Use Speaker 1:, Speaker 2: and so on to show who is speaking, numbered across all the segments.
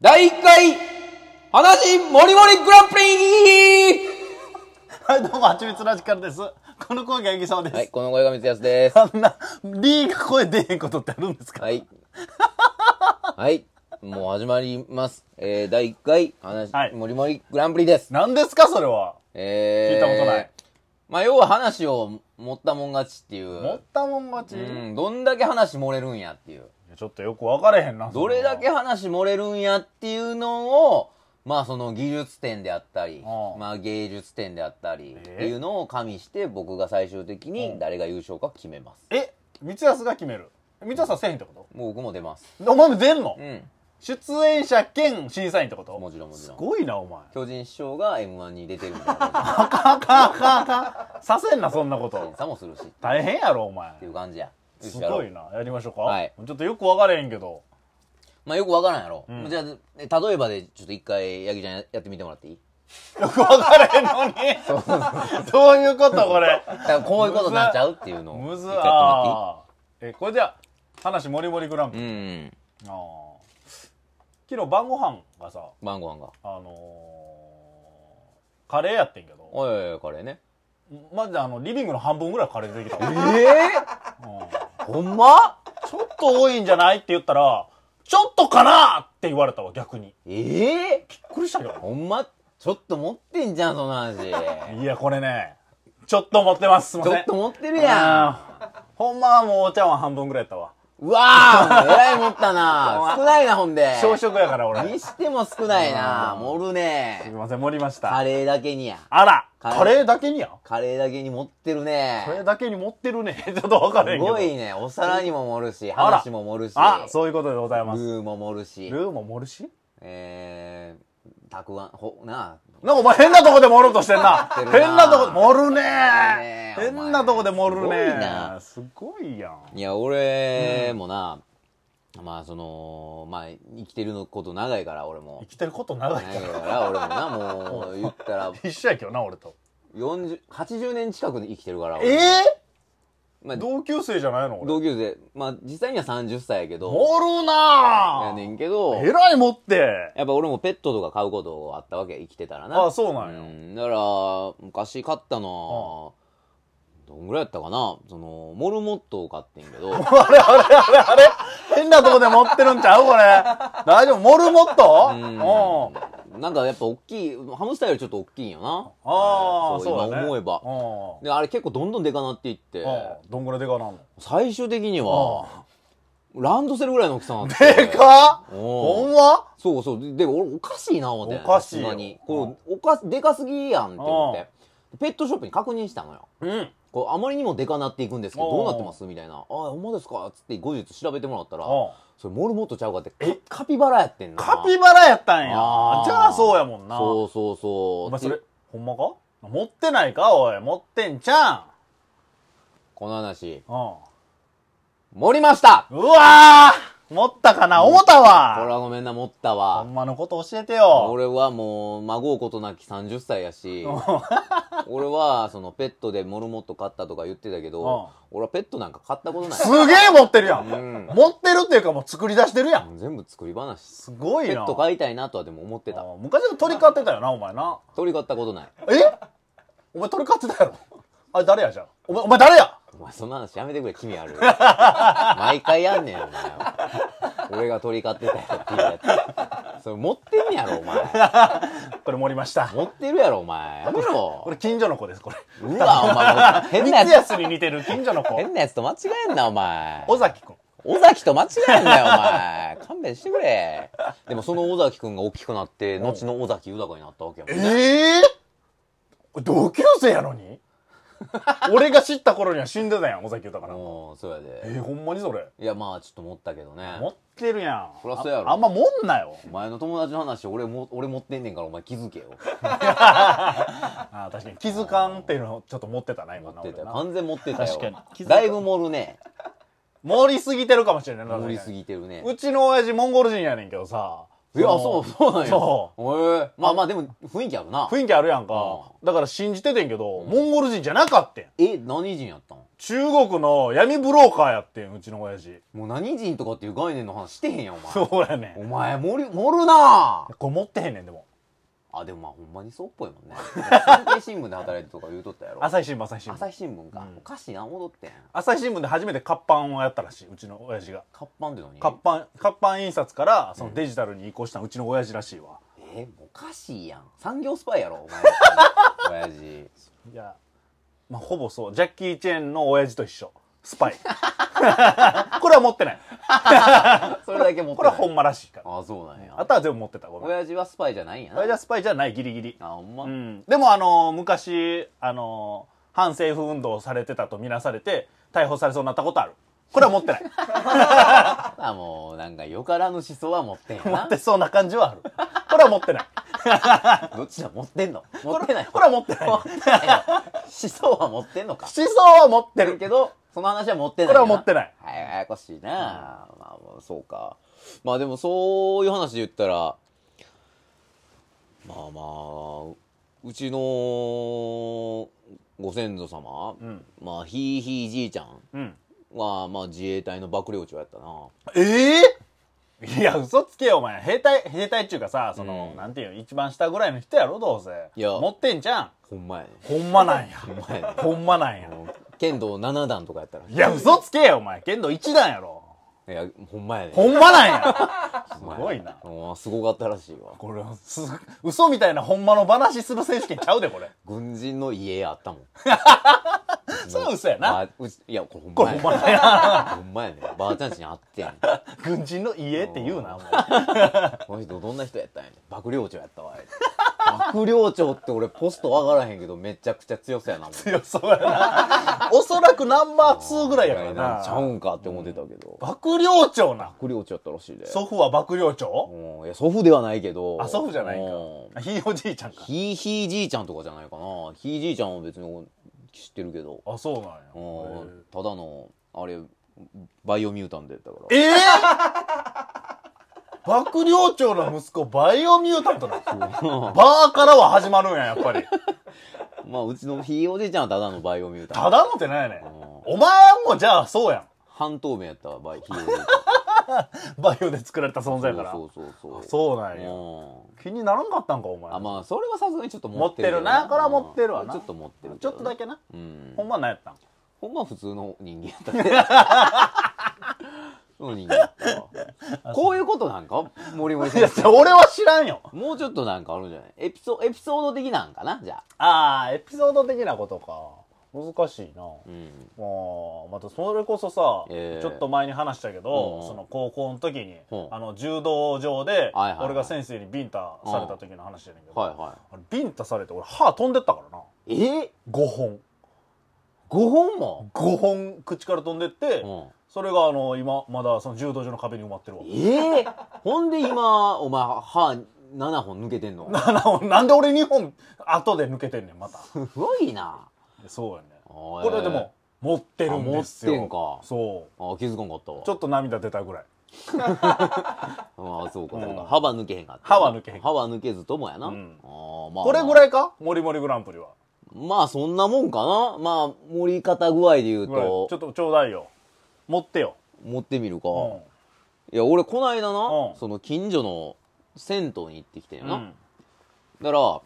Speaker 1: 第1回、話もりもりグランプリ
Speaker 2: はい、どうも、はちみつラジカルです。この声が八木沢です。
Speaker 1: はい、この声が光安です。
Speaker 2: あんな、D が声出へんことってあるんですか
Speaker 1: はい。はい。もう始まります。えー、第1回、話、
Speaker 2: はい
Speaker 1: もりもりグランプリです。
Speaker 2: 何ですか、それは。
Speaker 1: えー、
Speaker 2: 聞いたことない。
Speaker 1: まあ、要は話を持ったもん勝ちってい
Speaker 2: 持っ
Speaker 1: う。
Speaker 2: たもん勝ち、
Speaker 1: う
Speaker 2: い
Speaker 1: ん、どんだけ話漏れるんやっていう。
Speaker 2: やちょっとよく分かれへんな。
Speaker 1: どれだけ
Speaker 2: そ
Speaker 1: 話漏れるんやっていうのを、まあその技術点であったり、
Speaker 2: うん
Speaker 1: まあ芸術点であったりっ
Speaker 2: え
Speaker 1: ていうのを加味して僕が最終的に誰が優勝か決めます。
Speaker 2: れはえ、三安が決める。三安はせえへんってこ
Speaker 1: もう僕も出ます。
Speaker 2: とお前も出んの、
Speaker 1: うん。
Speaker 2: 出演者兼審査員ってこと
Speaker 1: もちろんもち
Speaker 2: す
Speaker 1: ろん。
Speaker 2: ごいな、お前。
Speaker 1: 巨人師匠が M1 に出て るみたいな。
Speaker 2: あかんあかんあかんあかん。させんな、そんなこと
Speaker 1: 審。査もするしっ
Speaker 2: 大変やろ、お前
Speaker 1: てい。う感じや。よし
Speaker 2: す
Speaker 1: やろ
Speaker 2: ご
Speaker 1: う
Speaker 2: いな。やりましょうか。
Speaker 1: はい
Speaker 2: ちょっとよく分かれへんけど。
Speaker 1: まあよくわからんやろ。
Speaker 2: ん
Speaker 1: じゃあ、え例えばでちょっと一回、ヤギちゃんややってみてもらっていい
Speaker 2: よく分かれへんのに。 どういうこと、これ。
Speaker 1: だからこういうことになっちゃうっていうのを
Speaker 2: む
Speaker 1: 一
Speaker 2: ず
Speaker 1: 回やってもらっ
Speaker 2: あーえこれじゃあ話もりもりグランプ
Speaker 1: てい
Speaker 2: リ、
Speaker 1: いうん。
Speaker 2: あー昨日晩ご飯がさ
Speaker 1: 晩ご飯が。
Speaker 2: あのー、カレーやってんけど
Speaker 1: おいおいおい、カレーね。
Speaker 2: マジであのリビングの半分ぐらいカレー出てきた、うん
Speaker 1: ええほんま
Speaker 2: ちょっと多いんじゃないって言ったらちょっとかなって言われたわ逆に
Speaker 1: ええ
Speaker 2: びっくりしたけど
Speaker 1: ほんまちょっと持ってんじゃん、その 話。ち
Speaker 2: いやこれねちょっと思ってますすいません
Speaker 1: ょっと持ってるや
Speaker 2: あーほんまはもうお茶碗半分ぐらいやったわ
Speaker 1: ん。うわぁ、えらい持った な少ないな、ほんで。
Speaker 2: 朝食やから俺
Speaker 1: に
Speaker 2: す
Speaker 1: しても少ないな盛る
Speaker 2: い
Speaker 1: ね
Speaker 2: ません盛りました
Speaker 1: カレーだけにや。
Speaker 2: あら
Speaker 1: カレー
Speaker 2: カレーだけにや
Speaker 1: カレーだけに持ってるね
Speaker 2: それだけに持ってるね。ち ょっと分からへ
Speaker 1: す
Speaker 2: んけど。
Speaker 1: ごいね。お皿にも盛るし、
Speaker 2: あら
Speaker 1: 話も盛るし、
Speaker 2: あ、そういうことでござい
Speaker 1: ル
Speaker 2: ます。
Speaker 1: ーも盛るし、
Speaker 2: ルーも盛るし
Speaker 1: えー、たくあん、ほ、な
Speaker 2: なんかお前変なとこで盛ろうとしてん な。
Speaker 1: てる
Speaker 2: 変
Speaker 1: な
Speaker 2: なとこで盛る
Speaker 1: ね
Speaker 2: ね。
Speaker 1: え
Speaker 2: 変なとこで盛る
Speaker 1: お前
Speaker 2: ね。すごいやん。
Speaker 1: いや、俺もな、まあ、その、まあ、生きてるのこと長いから、俺も
Speaker 2: 生。きてること長いか
Speaker 1: 長い
Speaker 2: ら。
Speaker 1: から、俺もな、もう、言ったら、
Speaker 2: 一緒やけどな、俺と。
Speaker 1: 40、80年近く生きてるから、
Speaker 2: え
Speaker 1: 俺ま
Speaker 2: ぇ
Speaker 1: あ、
Speaker 2: 同級生じゃないの俺。
Speaker 1: 同級生、まあ、実際には30歳やけど、
Speaker 2: 盛るな
Speaker 1: やねんけど、
Speaker 2: えらい持って。
Speaker 1: やっぱ俺もペットとか飼うことあったわけ、生きてたらな。
Speaker 2: あ、そうなん
Speaker 1: う
Speaker 2: や。
Speaker 1: んだから、昔飼ったのは、どんぐらいやったかなその、モルモットを飼ってんけ ど、
Speaker 2: 変なとこで盛ってるんちゃうこれ。大丈夫盛るもっとうん。
Speaker 1: うんなんかやっぱ大きい、ハムスターよりちょっと大きいんよな。
Speaker 2: ああ、
Speaker 1: うん
Speaker 2: そうだね。
Speaker 1: 今思えば。
Speaker 2: う
Speaker 1: で、あれ結構どんどんでかなっていって
Speaker 2: ん。、うん。どんぐらいでかなんの
Speaker 1: 最終的には、
Speaker 2: あ
Speaker 1: ランドセルぐらいの大きさになって。
Speaker 2: でかっ
Speaker 1: お
Speaker 2: ほ
Speaker 1: うん
Speaker 2: ま
Speaker 1: そうそう。で、で俺おかしいな、思って。
Speaker 2: おかしいよ
Speaker 1: さすがに。これ、おか、でかすぎやんって思って。ペットショップに確認したのよ。
Speaker 2: うん。
Speaker 1: こうあまりにもでかなっていくんですけど、
Speaker 2: おう
Speaker 1: どうなってますみたいな。ああ、ほんまですかつって後日調べてもらったら、それモルモットちゃうかって、カカピバラやってんな。
Speaker 2: カピバラやったんや。じ
Speaker 1: あー
Speaker 2: ゃあそうやもんな。
Speaker 1: そうそうそう。
Speaker 2: お前そ
Speaker 1: っ
Speaker 2: れ
Speaker 1: て、
Speaker 2: ほんまか持ってないかおい。持ってんじゃん。
Speaker 1: この話、
Speaker 2: うん。
Speaker 1: 盛りました
Speaker 2: うわー持ったかな思った
Speaker 1: これ
Speaker 2: わ
Speaker 1: はごめんな、持った
Speaker 2: ほ
Speaker 1: わ。
Speaker 2: んまのこと教えてよ。
Speaker 1: 俺はもう、孫うことなき30歳やし、俺は、その、ペットでモルモット飼ったとか言ってたけど、俺はペットなんか飼ったことない
Speaker 2: す。げえ持ってるやん。
Speaker 1: うん
Speaker 2: 持ってるっていうかもう作り出してるやん。
Speaker 1: 全部作り話。
Speaker 2: すごい
Speaker 1: ペ
Speaker 2: な。
Speaker 1: ット飼いたいなとはでも思ってた。
Speaker 2: うん昔の鳥飼ってたよな、お前な。
Speaker 1: 鳥飼ったことない。
Speaker 2: えお前鳥飼ってたやろ。あれ誰やじゃん。お前、お前誰や
Speaker 1: お前その話やめてくれ、気味あ る。毎回やんねん、お前。俺が鳥飼ってたよっていうやつ。それ持ってんねやろ、お前。
Speaker 2: これ盛りました。
Speaker 1: 持ってるやろ、お前。やめ
Speaker 2: こ
Speaker 1: ろ。
Speaker 2: れ近所の子です、これ。
Speaker 1: うわ、お前、変な
Speaker 2: 三
Speaker 1: やつ、
Speaker 2: 安に似てる近所の子。
Speaker 1: 変なやつと間違えんな、お前。
Speaker 2: 尾崎くん。
Speaker 1: 尾崎と間違えんなよ、お前。勘弁してくれ。でもその尾崎くんが大きくなって、後の尾崎豊になったわけやもん。
Speaker 2: ええ同級生やのに俺が知った頃には死んでたやん、尾崎豊から。
Speaker 1: もう、そうやで。
Speaker 2: えー、ほんまにそれ。
Speaker 1: いや、まあ、ちょっと持ったけどね。
Speaker 2: 持ってるやん。
Speaker 1: そりゃそうやろ
Speaker 2: ああんまもんなよ。
Speaker 1: お前の友達の話、俺も、俺持ってんねんから、お前気づけよ。
Speaker 2: あ確かに。気づかんっていうのをちょっと持ってたな、
Speaker 1: 持
Speaker 2: 今な。
Speaker 1: ってたよ。
Speaker 2: 俺な
Speaker 1: 完全持ってたよ。
Speaker 2: 確かに気づいた
Speaker 1: だいぶ盛るね。
Speaker 2: 盛りすぎてるかもしれないな。
Speaker 1: 盛りす
Speaker 2: ぎ。
Speaker 1: ぎてるね。
Speaker 2: うちの親父モンゴル人やねんけどさ、
Speaker 1: えあそうそうなんや
Speaker 2: そ
Speaker 1: ええまあまあでも雰囲気あるな
Speaker 2: 雰囲気あるやんか。だから信じててんけど、モンゴル人じゃなかったん。
Speaker 1: え何人やったん
Speaker 2: 中国の闇ブローカーやってん、うちの親父。
Speaker 1: もう何人とかっていう概念の話してへんやんお前
Speaker 2: そうやねん。
Speaker 1: お前盛る盛るな
Speaker 2: これ持ってへんねん、でも。
Speaker 1: あでもまあほんまにそうっぽいもん ね産経新聞で働いてとか言うとったやろ
Speaker 2: 朝日新聞、朝日新
Speaker 1: 朝
Speaker 2: 聞。
Speaker 1: 日新聞か、おかしいな戻ってん
Speaker 2: 朝日新聞で初めて活版をやったらしい、うちの親父が。
Speaker 1: 活版って何
Speaker 2: 活版、活版印刷から、そのデジタルに移行したのうちの親父らしいわ。
Speaker 1: えおかしいやん産業スパイやろお前 親父
Speaker 2: いや、まあ、ほぼそう。ジャッキー・チェンの親父と一緒。スパイ。 これは持ってない。
Speaker 1: それだけ持って
Speaker 2: こ
Speaker 1: ない
Speaker 2: れはほんまらしいから。
Speaker 1: あそうなんや
Speaker 2: あとは全部持ってた。ごめん。
Speaker 1: 親父はスパイじゃないんやな
Speaker 2: 親父はスパイじゃない、ギリギリ。
Speaker 1: あほんま、
Speaker 2: うん、でもあの昔あの反政府運動をされてたとみなされて逮捕されそうになったことあるこれは持ってない
Speaker 1: あもうなんかよからぬ思想は持ってんや
Speaker 2: 持っ
Speaker 1: な
Speaker 2: てそうな感じはあるこれは持ってない
Speaker 1: どっちだ持ってんの持ってない
Speaker 2: これは持って ない
Speaker 1: 持
Speaker 2: 思
Speaker 1: ってないの思想は持ってんのか
Speaker 2: 想は持って
Speaker 1: る
Speaker 2: る
Speaker 1: けどその話は持ってない
Speaker 2: これは持ってない
Speaker 1: はいややこしいな、まあそうかまあでもそういう話で言ったらまあまあうちのご先祖様、
Speaker 2: うん
Speaker 1: まあひいひいじいちゃん
Speaker 2: うん
Speaker 1: はまあ自衛隊の幕僚長やったな
Speaker 2: ええいや嘘つけよお前兵隊兵隊っちゅうかさその、
Speaker 1: うん
Speaker 2: なんていうの一番下ぐらいの人やろどうせ
Speaker 1: いや
Speaker 2: 持ってんじゃん
Speaker 1: ほんまやね
Speaker 2: ほんまなんや
Speaker 1: ほんまやね
Speaker 2: ほんまなんや
Speaker 1: 剣道7段とかやったら
Speaker 2: いや嘘つけよお前剣道一段やろ
Speaker 1: いやほんまやね
Speaker 2: ほんまなんや す
Speaker 1: ほんまや
Speaker 2: ごいな
Speaker 1: うんすごかったらしいわ
Speaker 2: これす嘘みたいなほんまの話する選手権ちゃうでこれ
Speaker 1: 軍人の家あったもん
Speaker 2: それは嘘やな
Speaker 1: ばあうちいやこれほん
Speaker 2: こ
Speaker 1: ま
Speaker 2: れ
Speaker 1: や
Speaker 2: ほ
Speaker 1: ね
Speaker 2: んまなんや
Speaker 1: ほんまやねばあちゃんちにあってん
Speaker 2: 軍人の家って言うなもう
Speaker 1: この人どんな人やったんやねん幕僚長やったわあれ幕僚長って俺ポスト上がらへんけどめちゃくちゃ強そうやなもん
Speaker 2: 強そうやなおそらくナンバー2ぐらいやから
Speaker 1: ちゃう
Speaker 2: なん
Speaker 1: かって思ってたけど、
Speaker 2: 幕僚長な
Speaker 1: 幕僚長やったらしいで
Speaker 2: 祖父は幕僚長
Speaker 1: うんいや祖父ではないけど
Speaker 2: あ祖父じゃないか
Speaker 1: うん
Speaker 2: あひいおじいちゃんか
Speaker 1: ひいひいじいちゃんとかじゃないかなひいじいちゃんは別に知ってるけど
Speaker 2: あそう
Speaker 1: う
Speaker 2: なん
Speaker 1: んただのあれバイオミュータントやったから
Speaker 2: や ええー幕僚長の息子バイオミュータントなのバーからは始まるんややっぱり
Speaker 1: まあ、うちのひいおじいちゃんはただのバイオミュータン
Speaker 2: た
Speaker 1: ト。
Speaker 2: だのってないねん
Speaker 1: うん
Speaker 2: お前もじゃあそうやん
Speaker 1: 半透明やったわ、バイひいおじいち
Speaker 2: バイオで作られた存
Speaker 1: ゃ
Speaker 2: 在
Speaker 1: ん。
Speaker 2: やから
Speaker 1: そうそうそう。
Speaker 2: あそうなんや
Speaker 1: う
Speaker 2: 気にならんかったんかお前
Speaker 1: ん。あ、まあ、それはさすがにちょっと持ってるけど。
Speaker 2: 持ってるなこれは持ってるわな
Speaker 1: うんちょっと持ってる。
Speaker 2: ちょっとだ
Speaker 1: け
Speaker 2: けな、
Speaker 1: ど。うん
Speaker 2: ほ。んま何やったん
Speaker 1: ほんまは普通の人間やったね。そう人間やったわこういうことなんか森森
Speaker 2: い
Speaker 1: 先
Speaker 2: や
Speaker 1: 生。
Speaker 2: 俺は知らんよ
Speaker 1: もうちょっとなんかあるんじゃないエピソエピソード的なんかなじゃあ。
Speaker 2: ああエピソード的なことか難しいな、
Speaker 1: うん。
Speaker 2: もうまたそれこそさ、
Speaker 1: ええ
Speaker 2: ちょっと前に話したけど、
Speaker 1: うん
Speaker 2: その高校の時に、
Speaker 1: うん
Speaker 2: あの柔道場で、
Speaker 1: はいはいはい
Speaker 2: 俺が先生にビンタされた時の話やねんけど、
Speaker 1: はいは。
Speaker 2: あれビンタされて俺歯飛んでったからない
Speaker 1: え
Speaker 2: 5本
Speaker 1: ?5 本も
Speaker 2: 5本口から飛んでって、それがあの今まだその柔道場の壁に埋まってるわ
Speaker 1: うん。ええほんで今、お前、歯7本抜けてんの
Speaker 2: なななんで俺2本後で抜けてんね んまた
Speaker 1: すごいな。
Speaker 2: そうやね
Speaker 1: こ
Speaker 2: これでも持ってるんですよ
Speaker 1: あ持ってんか
Speaker 2: そ
Speaker 1: あ気づかんかったわ
Speaker 2: うちょっと涙出たぐらい
Speaker 1: あそうかそう
Speaker 2: う
Speaker 1: か
Speaker 2: ん
Speaker 1: 歯は抜けへんかった
Speaker 2: 歯は抜けへん
Speaker 1: 歯は抜けずともやな、
Speaker 2: うん
Speaker 1: あーまあ、
Speaker 2: これぐら
Speaker 1: い
Speaker 2: いかモリモリグランプリは
Speaker 1: まあそんなもんかなまあ盛り方具合で言う
Speaker 2: ぐらいちょ
Speaker 1: と
Speaker 2: っとちょうだいよ持ってよ、
Speaker 1: 持ってみるか、
Speaker 2: うん
Speaker 1: いや俺こないだな、
Speaker 2: うん
Speaker 1: その近所の銭湯に行ってきてよ
Speaker 2: う
Speaker 1: な、
Speaker 2: ん
Speaker 1: だか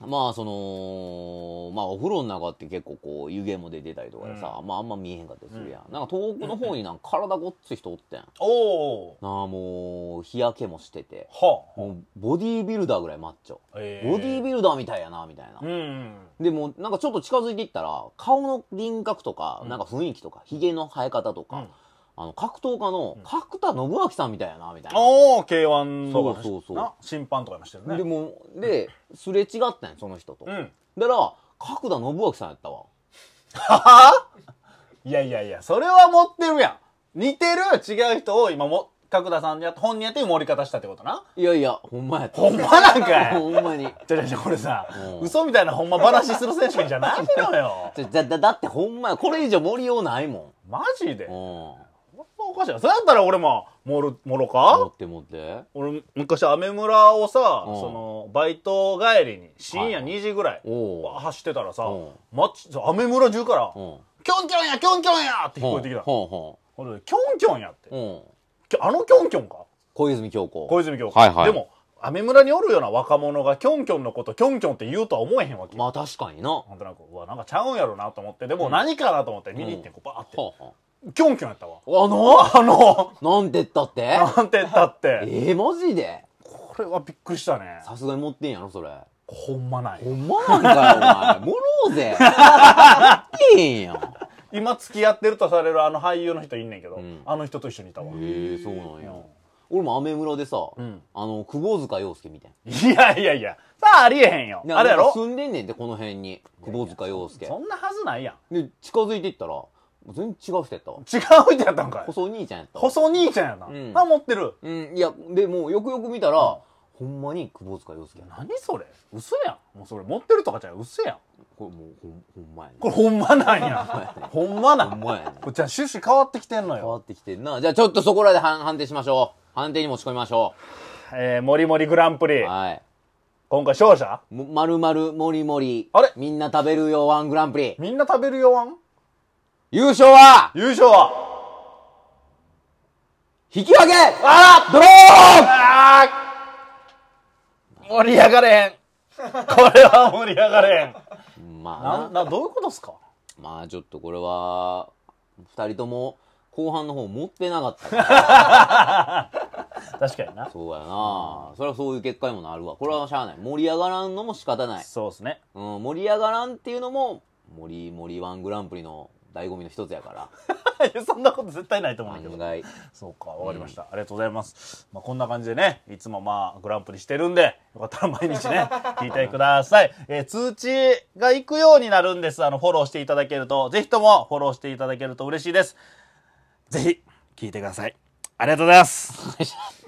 Speaker 1: らまあそのまあお風呂の中って結構こう湯気も出てたりとかでさ、まああんま見えへんかったりするやん、なんか遠くの方になん か体ごっつい人おってんな
Speaker 2: おお
Speaker 1: あもう日焼けもしてて
Speaker 2: はあ
Speaker 1: もうボディービルダーぐらいマッチョ
Speaker 2: え
Speaker 1: ボディービルダーみたいやなみたいな、
Speaker 2: うん
Speaker 1: でもなんかちょっと近づいていったら顔の輪郭とか、
Speaker 2: うん
Speaker 1: なんか雰囲気とかひげの生え方とか、
Speaker 2: うん
Speaker 1: あの格闘家の角田信明さんみたいやなみたいな、
Speaker 2: おお K1 の
Speaker 1: そうそうそう
Speaker 2: な審判とかいましたよね
Speaker 1: でもですれ違ったんやその人と、
Speaker 2: うん
Speaker 1: だから角田信明さんやったわ
Speaker 2: ははいやいやいやそれは持ってるやん似てる違う人を今も角田さんにやって本にやって盛り方したってことない
Speaker 1: やいやほんまやった
Speaker 2: ほんまなんか い
Speaker 1: ほんまに
Speaker 2: じゃじゃじゃこれさ、
Speaker 1: うん
Speaker 2: 嘘みたいなほんま話する選手権じゃないのよ
Speaker 1: ちょだだだってほんまやこれ以上盛りようないも
Speaker 2: マジで
Speaker 1: ん、うん、
Speaker 2: ほんおかしいなそうやったら俺も盛る盛ろ
Speaker 1: 持
Speaker 2: か
Speaker 1: って持って。
Speaker 2: 俺昔アメ村をさ、
Speaker 1: うん
Speaker 2: そのバイト帰りに深夜
Speaker 1: はい
Speaker 2: 2時ぐらい
Speaker 1: おう
Speaker 2: 走ってたらさ、
Speaker 1: うん
Speaker 2: 街アメ村中から
Speaker 1: うん。
Speaker 2: 「キョンキョンやキョンキョンや!」って聞こえてきた
Speaker 1: ほんほ
Speaker 2: 俺キョンキョンやって
Speaker 1: ん。うん。
Speaker 2: きょあのキョンキョンか
Speaker 1: 小泉京子。
Speaker 2: 小泉今日、
Speaker 1: はいはい
Speaker 2: でもアメ村におるような若者がキョンキョンのことキョンキョンって言うとは思えへんわけ、
Speaker 1: まあ確かにな。は
Speaker 2: なんとなくうわなんかちゃうんやろなと思ってでも何かなと思って見に行って
Speaker 1: うん
Speaker 2: こうバーって、
Speaker 1: あは
Speaker 2: キョンキョンやったわ
Speaker 1: あ。あの
Speaker 2: あの
Speaker 1: なんてったって
Speaker 2: なんて言ったって
Speaker 1: えー、マジで
Speaker 2: これはびっくりしたね
Speaker 1: さすがに持ってんやろ、それ。
Speaker 2: ほんまない
Speaker 1: ほんまなんかよ、お前。もろう ぜ。いいんやん。
Speaker 2: 今付き合ってるとされるあの俳優の人いんねんけど、
Speaker 1: うん
Speaker 2: あの人と一緒にいたわ、
Speaker 1: えー、そうなんや。俺もアメ村でさ、
Speaker 2: ん
Speaker 1: あの、久保塚洋介みたい
Speaker 2: いやいやいやさあありえへんよ
Speaker 1: な。
Speaker 2: あれやろ
Speaker 1: 住んでんねんて、この辺に。久保塚洋介
Speaker 2: そ。んなはずないやん
Speaker 1: で、近づいていったら、全然違う人やったわ。
Speaker 2: 違うってやったんかい
Speaker 1: 細兄ちゃんやったわ。
Speaker 2: 細兄ちゃんやな、
Speaker 1: うん
Speaker 2: あ持ってる
Speaker 1: うん、いや、でも、よくよく見たら、ほんまに久保塚洋介やな。
Speaker 2: 何それ嘘やんもうそれ持ってるとかじゃん嘘やん
Speaker 1: これもう、ほん、ほんまやね
Speaker 2: これほんまなんやほんまな
Speaker 1: ほん
Speaker 2: ん
Speaker 1: まやね
Speaker 2: こっちは趣旨変わってきてんの
Speaker 1: 変
Speaker 2: よ
Speaker 1: わってきてんな。じゃあちょっとそこらで判判定しましょう。判定に持ち込みましょ
Speaker 2: えー、もりもりグランプリ
Speaker 1: う。はい。
Speaker 2: 今回勝者
Speaker 1: もまるまるもりもり。
Speaker 2: あれ
Speaker 1: みんな食べるよワングランプリ。
Speaker 2: みんな食べるよワン
Speaker 1: 優勝は、
Speaker 2: 優勝は
Speaker 1: 引き分け
Speaker 2: あ
Speaker 1: ドロー
Speaker 2: あー盛り上がれへんこれは盛り上がれへん
Speaker 1: ンまあ
Speaker 2: な
Speaker 1: な、
Speaker 2: などういうことっすか
Speaker 1: まあちょっとこれは、二人とも後半の方持ってなかったから。
Speaker 2: 確かにな
Speaker 1: そうやな。それはそういう結果にもなるわ。これはしゃあない。盛り上がらんのも仕方ない。
Speaker 2: そうですね
Speaker 1: うん、盛り上がらんっていうのも、森、森ワングランプリの醍醐味の一つやから。
Speaker 2: い やそんなこと絶対ないと思うんだけ
Speaker 1: 案
Speaker 2: ど
Speaker 1: 外。
Speaker 2: そうかわかりました、ありがとうございます、まあ、こんな感じでねいつもまあグランプリしてるんでよかったら毎日 ね聞いてください、えー通知が行くようになるんですあのフォローしていただけるとぜひともフォローしていただけると嬉しいですぜひ聞いてくださいありがとうございます